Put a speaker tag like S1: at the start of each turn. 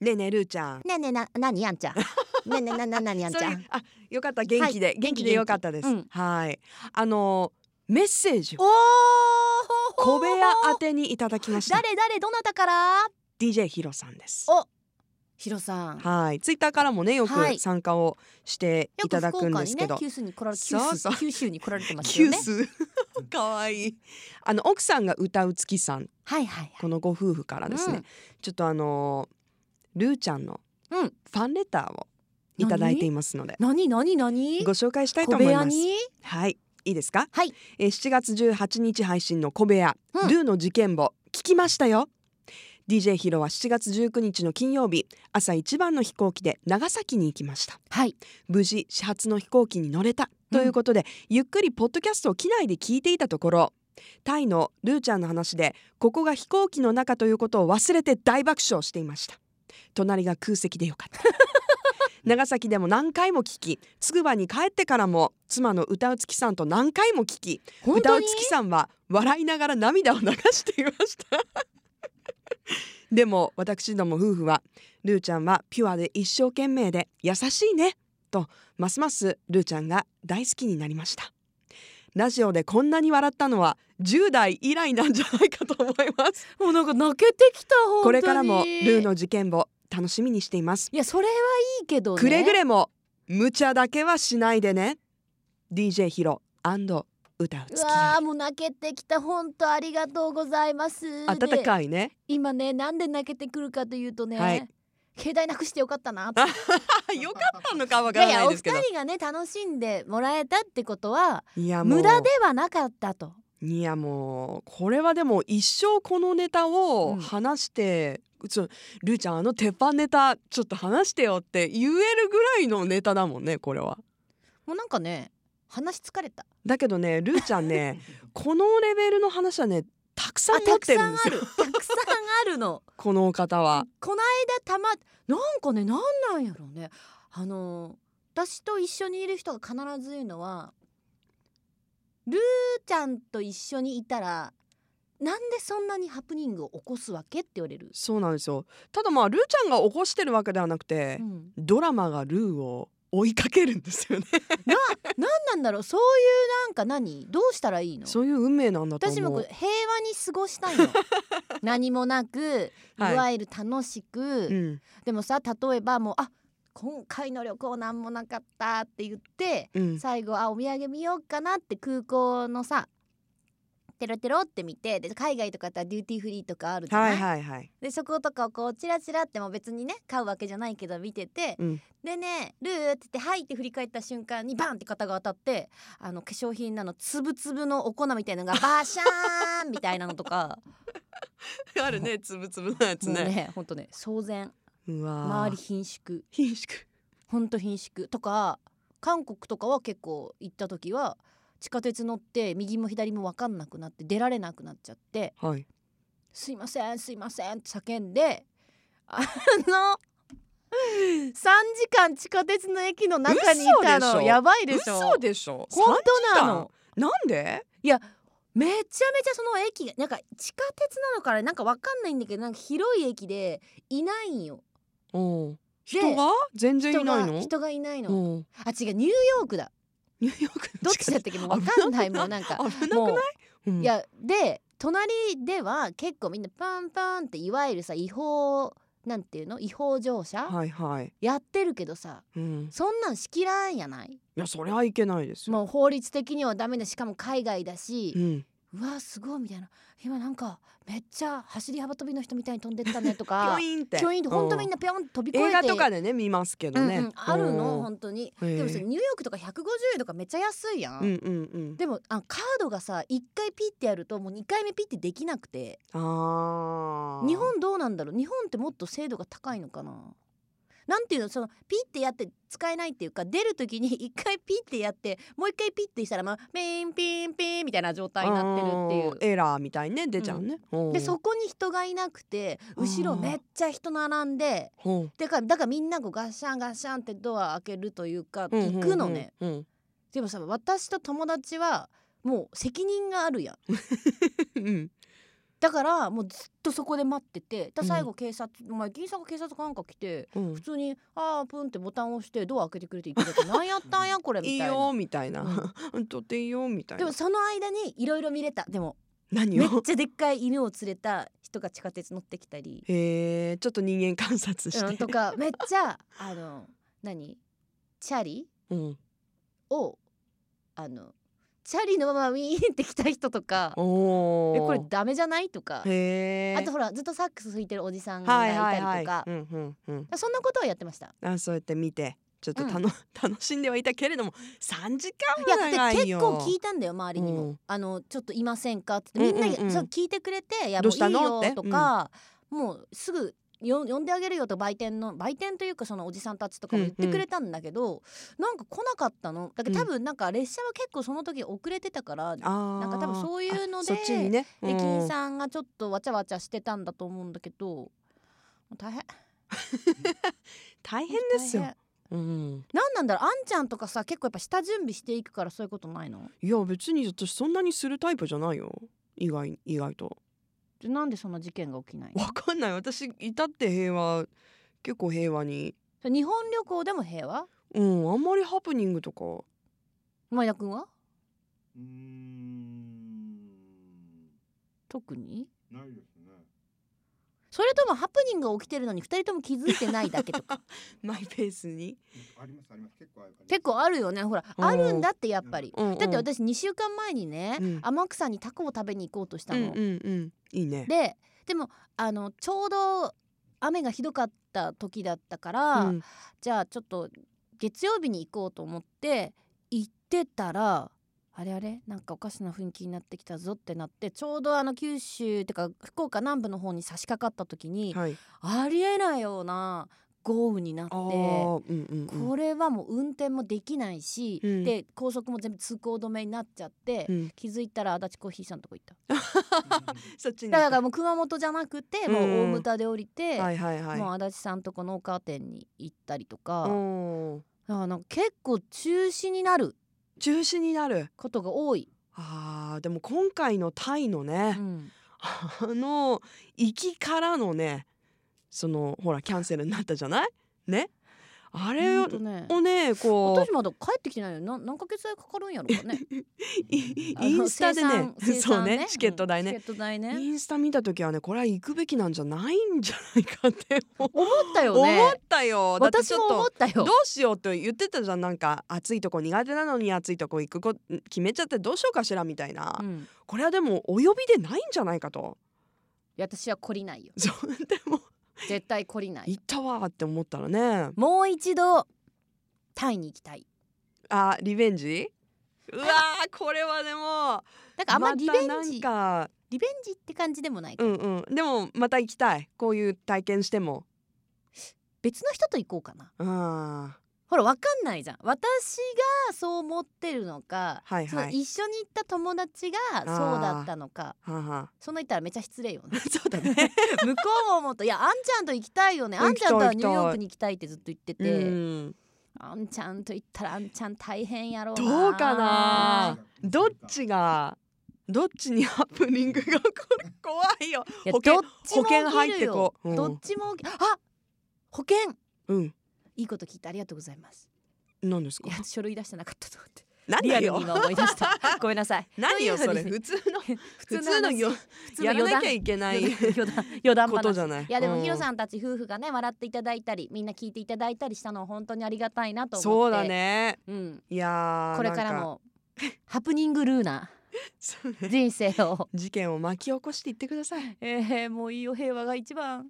S1: ねえねえるーちゃん
S2: ねえねえな、なにやんちゃん。ねえねえな、な、なにやんち
S1: そ
S2: ゃ
S1: うんい。うあよかった元気で、元気
S2: 元気元
S1: で
S2: 気
S1: よかったです、
S2: うん
S1: はいあのーメッセージを
S2: おお。
S1: 小部屋宛てにいただきました
S2: 誰誰どなたから
S1: DJ ヒロさんです
S2: おヒロさんよ
S1: はいツイッターからもねよ
S2: は
S1: く
S2: い
S1: 参加をしてい
S2: く
S1: ただ
S2: 福
S1: くんで
S2: 岡に
S1: すけ
S2: ね
S1: ど、
S2: 九州に来られ九
S1: そうそう
S2: 州九州に来られてます
S1: キュ
S2: よ
S1: ー
S2: ね
S1: ス かわいいあの奥さんが歌う月さん
S2: はいはい
S1: このご夫婦からですね、
S2: うん
S1: ちょっとあのールーちゃんの
S2: はいうん
S1: ファンレターをいただいていますので
S2: 何何何
S1: ご紹介したいと
S2: 小
S1: 思
S2: 部
S1: いま
S2: 屋
S1: す
S2: に
S1: はいいいですか
S2: はい
S1: えー7月18日配信の小部屋、
S2: うん
S1: ルーの事件簿聞きましたよ DJ ヒロは7月19日の金曜日朝一番の飛行機で長崎に行きました
S2: はい
S1: 無事始発の飛行機に乗れたということで、ゆっくりポッドキャストを機内で聞いていたところタイのルーちゃんの話でここが飛行機の中ということを忘れて大爆笑していました隣が空席でよかった長崎でも何回も聞きつくばに帰ってからも妻の歌うつきさんと何回も聞き
S2: 本
S1: 歌
S2: 当
S1: う
S2: に
S1: つきさんは笑いながら涙を流していました でも私ども夫婦はルーちゃんはピュアで一生懸命で優しいねとますますルーちゃんが大好きになりましたラジオでこんなに笑ったのは10代以来なんじゃないかと思います
S2: もうなんか泣けてきた本当に
S1: これからもルーの事件簿楽しみにしています
S2: いやそれはいいけどね
S1: くれぐれも無茶だけはしないでね DJ ヒロ歌う
S2: う
S1: 月
S2: わーもう泣けてきた本当ありがとうございます
S1: 暖
S2: い
S1: かいね
S2: 今ねなんで泣けてくるかというとね、
S1: はい
S2: 携帯なくしてよかったなって
S1: あ よかったのかわ
S2: い
S1: から
S2: やい
S1: な
S2: や
S1: い
S2: お
S1: で
S2: 二
S1: すけど
S2: 人がね楽しんでもらえたってことはい
S1: やもう
S2: 無駄ではなかったと
S1: いやもうこれはでも一生このネタ
S2: う
S1: を
S2: ん
S1: 話して、ちょルーちゃんあの鉄板ネタちょっと話してよって言えるぐらいのネタだもんねこれは。
S2: もうなんかね話疲れた
S1: だけどねルーちゃん ねこのレベルの話はねたくさん持ってるんですよ
S2: あたくさんあるの
S1: このお方は。
S2: この間たまなんかねなんなんやろうねあの私と一緒にいる人が必ず言うのはルーちゃんと一緒にいたらなんでそんなにハプニングを起こすわけって言われる、
S1: そうなんですよただまあルーちゃんが起こしてるわけではなくて、
S2: うん、
S1: ドラマがルーを追いかけるんですよね。
S2: なんだろうそういうなんか何どうしたらいいの
S1: そういう運命なんだと思う。
S2: 私もこう平和に過ごしたい の何もなくい
S1: はい
S2: わゆる楽しく、
S1: うん
S2: でもさ例えばもうあ今回の旅行なんもなかったって言って
S1: うん
S2: 最後あお土産見ようかなって空港のさテロテロって見てで海外とかだったらデューティーフリーとかあるじゃない、
S1: はいはいはい。
S2: でそことかをこうチラチラってもう別にね買うわけじゃないけど見てて、
S1: うん
S2: でね「ルー」って言って「はい」って振り返った瞬間にバンって肩が当たってあの化粧品なのつぶつぶのお粉みたい なのがバシャーンみたいなのとか
S1: あるねつぶつぶのやつ
S2: もう
S1: ね。
S2: ねほんとね騒然
S1: うわー
S2: 周り貧縮
S1: 貧縮
S2: ほんと貧縮とか韓国とかは結構行った時は地下鉄乗って右も左も分かんなくなって出られなくなっちゃって
S1: はい
S2: 「すいませんすいません」って叫んであの3時間地下鉄の駅の中にい
S1: 嘘で
S2: たの
S1: しょ
S2: やばいでしょ
S1: 嘘でしょ
S2: 本当なの
S1: 三時間なんで
S2: いやめちゃめちゃその駅がなんか地下鉄なのかななんかわかんないんだけどなんか広い駅でいないんよ
S1: うん
S2: で
S1: 人が全然
S2: 人
S1: いない
S2: が
S1: の
S2: 人がいないの
S1: うん
S2: あ違うニューヨークだ
S1: ニューヨークの
S2: どっちだったっけもうわかんないもうなん か
S1: 危なくない
S2: も
S1: う
S2: うんいやで隣では結構みんなパンパンっていわゆるさ違法なんていうの違法乗車、
S1: はいはい
S2: やってるけどさ
S1: うんい
S2: そんなんしきらんやない
S1: やそれはいけないですよ
S2: もう法律的にはダメだしかも海外だし
S1: う、ん
S2: うわすごいみたいな今なんかめっちゃ走り幅跳びの人みたいに飛んでったねと
S1: ピ
S2: か
S1: ョインって
S2: 教員と本当みん
S1: な
S2: なピョンって飛び越え
S1: 映
S2: て
S1: 画とかでね見ますけど
S2: うんう
S1: ね
S2: んある
S1: う
S2: の
S1: ん
S2: 本当に
S1: へえ
S2: でもさニューヨークとか150円とかめっちゃ安いやん、
S1: うんうんうん
S2: でもあカードがさ1回ピッてやるともう2回目ピッてできなくて
S1: あー
S2: 日本どうなんだろう日本ってもっと精度が高いのかななんていうのそのピッてやって使えないっていうか出る時に一回ピッてやってもう一回ピッてしたらまあピンピンピンみたいな状態になってる
S1: うん
S2: っていう。
S1: エラーみたいにね出ちゃうねうん
S2: でそこに人がいなくて後ろめっちゃ人並んで
S1: うん
S2: でかだからみんなこうガッシャンガッシャンってドア開けるというか
S1: うんうん
S2: 行くのね。
S1: うん
S2: でもさ私と友達はもう責任があるや
S1: う
S2: ん
S1: ん
S2: だからもうずっとそこで待っててだ
S1: うん
S2: 最後警察、まあ駅員さんが警察官が来て
S1: うん
S2: 普通に「あープン」ってボタンを押してドア開けてくれて行ってたけどなんやった んやこれ」み
S1: いい
S2: たいな。
S1: よみたいな、うん、とっていいよみたい
S2: で
S1: な
S2: もその間にいろいろ見れたでも
S1: 何
S2: めっ
S1: を
S2: ちゃでっかい犬を連れた人が地下鉄乗ってき たり、
S1: へえちょっと人間観察して、
S2: うん、とかめっちゃあの何チャリ
S1: うん、
S2: をあのチャリのままウィーンって来た人とか「
S1: お
S2: え
S1: ー
S2: これダメじゃない?」とか
S1: へえ
S2: あとほらずっとサックス吹いてるおじさんが
S1: はい
S2: いた
S1: は
S2: り
S1: い
S2: とか、
S1: はいうんうんうん
S2: そんなことはやってました。
S1: あそうやって見てちょっと
S2: うん
S1: たの、楽 しんではいたけれども3時間
S2: い
S1: も
S2: や
S1: 長い
S2: で
S1: よ
S2: 結構聞いたんだよ周りにも、
S1: うん
S2: あのちょっといませんかってみんな
S1: うんうんうん
S2: そう聞いてくれて「いや
S1: ど
S2: も
S1: う
S2: う
S1: した
S2: いい
S1: の
S2: よ
S1: って」
S2: とか、もうすぐよ呼んであげるよと売店の売店というかそのおじさんたちとかも言ってくれたんだけど、なんか来なかったのだから多分なんか列車は結構その時遅れてたから、
S1: あー
S2: なんか多分そういうので
S1: あそっちにね
S2: 駅員
S1: ん
S2: さんがちょっとわちゃわちゃしてたんだと思うんだけどもう大変
S1: 大変です
S2: 大
S1: よ、うん、
S2: 何なんだろうあんちゃんとかさ結構やっぱ下準備していくからそういうことないの
S1: いや別に私そんなにするタイプじゃないよ意外意外と
S2: でなんでそんな事件が起きないの
S1: わかんない私いたって平和結構平和に
S2: 日本旅行でも平和
S1: うんあんまりハプニングと か
S2: 前田君は
S3: うーん。
S2: 特に
S3: ないですね。
S2: それともハプニングが起きてるのに二人とも気づいてないだけと か
S1: マイペースに、
S3: ありますあります。結構あります。
S2: 結構あるよねほら
S1: うん
S2: あるんだってやっぱり
S1: うんうん
S2: だって私2週間前にね
S1: うん
S2: 天草にタコを食べに行こうとした
S1: うん
S2: の
S1: うんうんいいね
S2: ででもあのちょうど雨がひどかった時だったか
S1: う
S2: ら、
S1: ん、
S2: じゃあちょっと月曜日に行こうと思って行ってたらあれあれなんかおかしな雰囲気になってきたぞってなってちょうどあの九州てか福岡南部の方に差し掛かった時に
S1: はい
S2: ありえないような豪雨になって
S1: あーうんうんうん
S2: これはもう運転もできないし、
S1: うん
S2: で高速も全部通行止めになっちゃって、
S1: うん
S2: 気づいたら足立コーヒーさんのとこ行った
S1: そっちに
S2: だからもう熊本じゃなくてもう大牟田で降りて、
S1: はいはいはい
S2: もう足立さんとこのお母店に行ったりとか。
S1: うん
S2: あなんか結構中止になる
S1: 中止になる
S2: ことが多い、
S1: あーでも今回のタイの
S2: う
S1: ね、
S2: ん、
S1: あの行きからのねそのほらキャンセルになったじゃないねあれ
S2: ほ
S1: を
S2: んとね
S1: をねこ
S2: 私まだ帰ってきてないよな何ヶ月代かかるんやろうかね
S1: うい
S2: あの
S1: インスタでね
S2: 生産生産
S1: そうねチケット代
S2: う
S1: ね
S2: ん、チケット代ね
S1: インスタ見た時はねこれは行くべきなんじゃないんじゃないかって思
S2: 思ったよね
S1: 思ったよだって
S2: 私
S1: ちょ
S2: も
S1: っと
S2: 思った
S1: どう
S2: よ
S1: しようって言ってたじゃんなんか暑いとこ苦手なのに暑いとこ行くこ決めちゃってどうしようかしらみたいな、
S2: うん、い
S1: これはでもお呼びでないんじゃないかと
S2: や私は懲りないよ
S1: そうでも
S2: 絶対懲りない
S1: 行ったわーって思ったらね
S2: もう一度タイに行きたい
S1: あリベンジうわーこれはでも
S2: だからあんま
S1: た
S2: リベン
S1: なん
S2: ジ、
S1: か
S2: リベンジって感じでもない、
S1: うんうんでもまた行きたいこういう体験しても
S2: 別の人と行こうかな
S1: あ
S2: ほらわかんないじゃん私がそう思ってるのか、
S1: はいはい
S2: その一緒に行った友達がそうだったのか
S1: ーはあは
S2: そんな言ったらめちゃ失礼よね
S1: あ そうだね
S2: 向こうも思ったいやあんちゃんと行きたいよね
S1: うん
S2: あんちゃんとは
S1: 行
S2: ニ
S1: き
S2: ュ
S1: たい
S2: ー
S1: 行きたい
S2: ヨークに行きたいってずっと言って
S1: う
S2: て、
S1: ん
S2: あんちゃんと行ったらあんちゃん大変やろうな
S1: どうかなどっちがどっちにハプニングが起こる怖いよ
S2: いや
S1: 保険
S2: どっちも起きるよ
S1: 保険入ってこううん
S2: どっちも起きあ保険
S1: うん
S2: いいこと聞いてありがとうございます
S1: 何です
S2: い
S1: か
S2: や書類出してなかったと思ってリ
S1: 何
S2: アルに
S1: よ
S2: 今思い出した ごめんなさい
S1: 何よそれ
S2: とい
S1: 普
S2: う
S1: 通の
S2: ふう
S1: 普
S2: に
S1: 通のよ
S2: 普通の
S1: やら
S2: 余
S1: な
S2: 談
S1: きゃいけない
S2: 余談余談
S1: こと
S2: 話
S1: じゃない
S2: いやで
S1: う
S2: もヒロさんたち夫婦がね笑っていただいたりみんな聞いていただいたりしたのは本当にありがたいなと思って
S1: そうだ、ね
S2: うん、
S1: いやー
S2: これから
S1: なん
S2: もハプニングルーナ
S1: そうね
S2: 人生を
S1: 事件を巻き起こしていってください
S2: えー、もういいよ平和が一番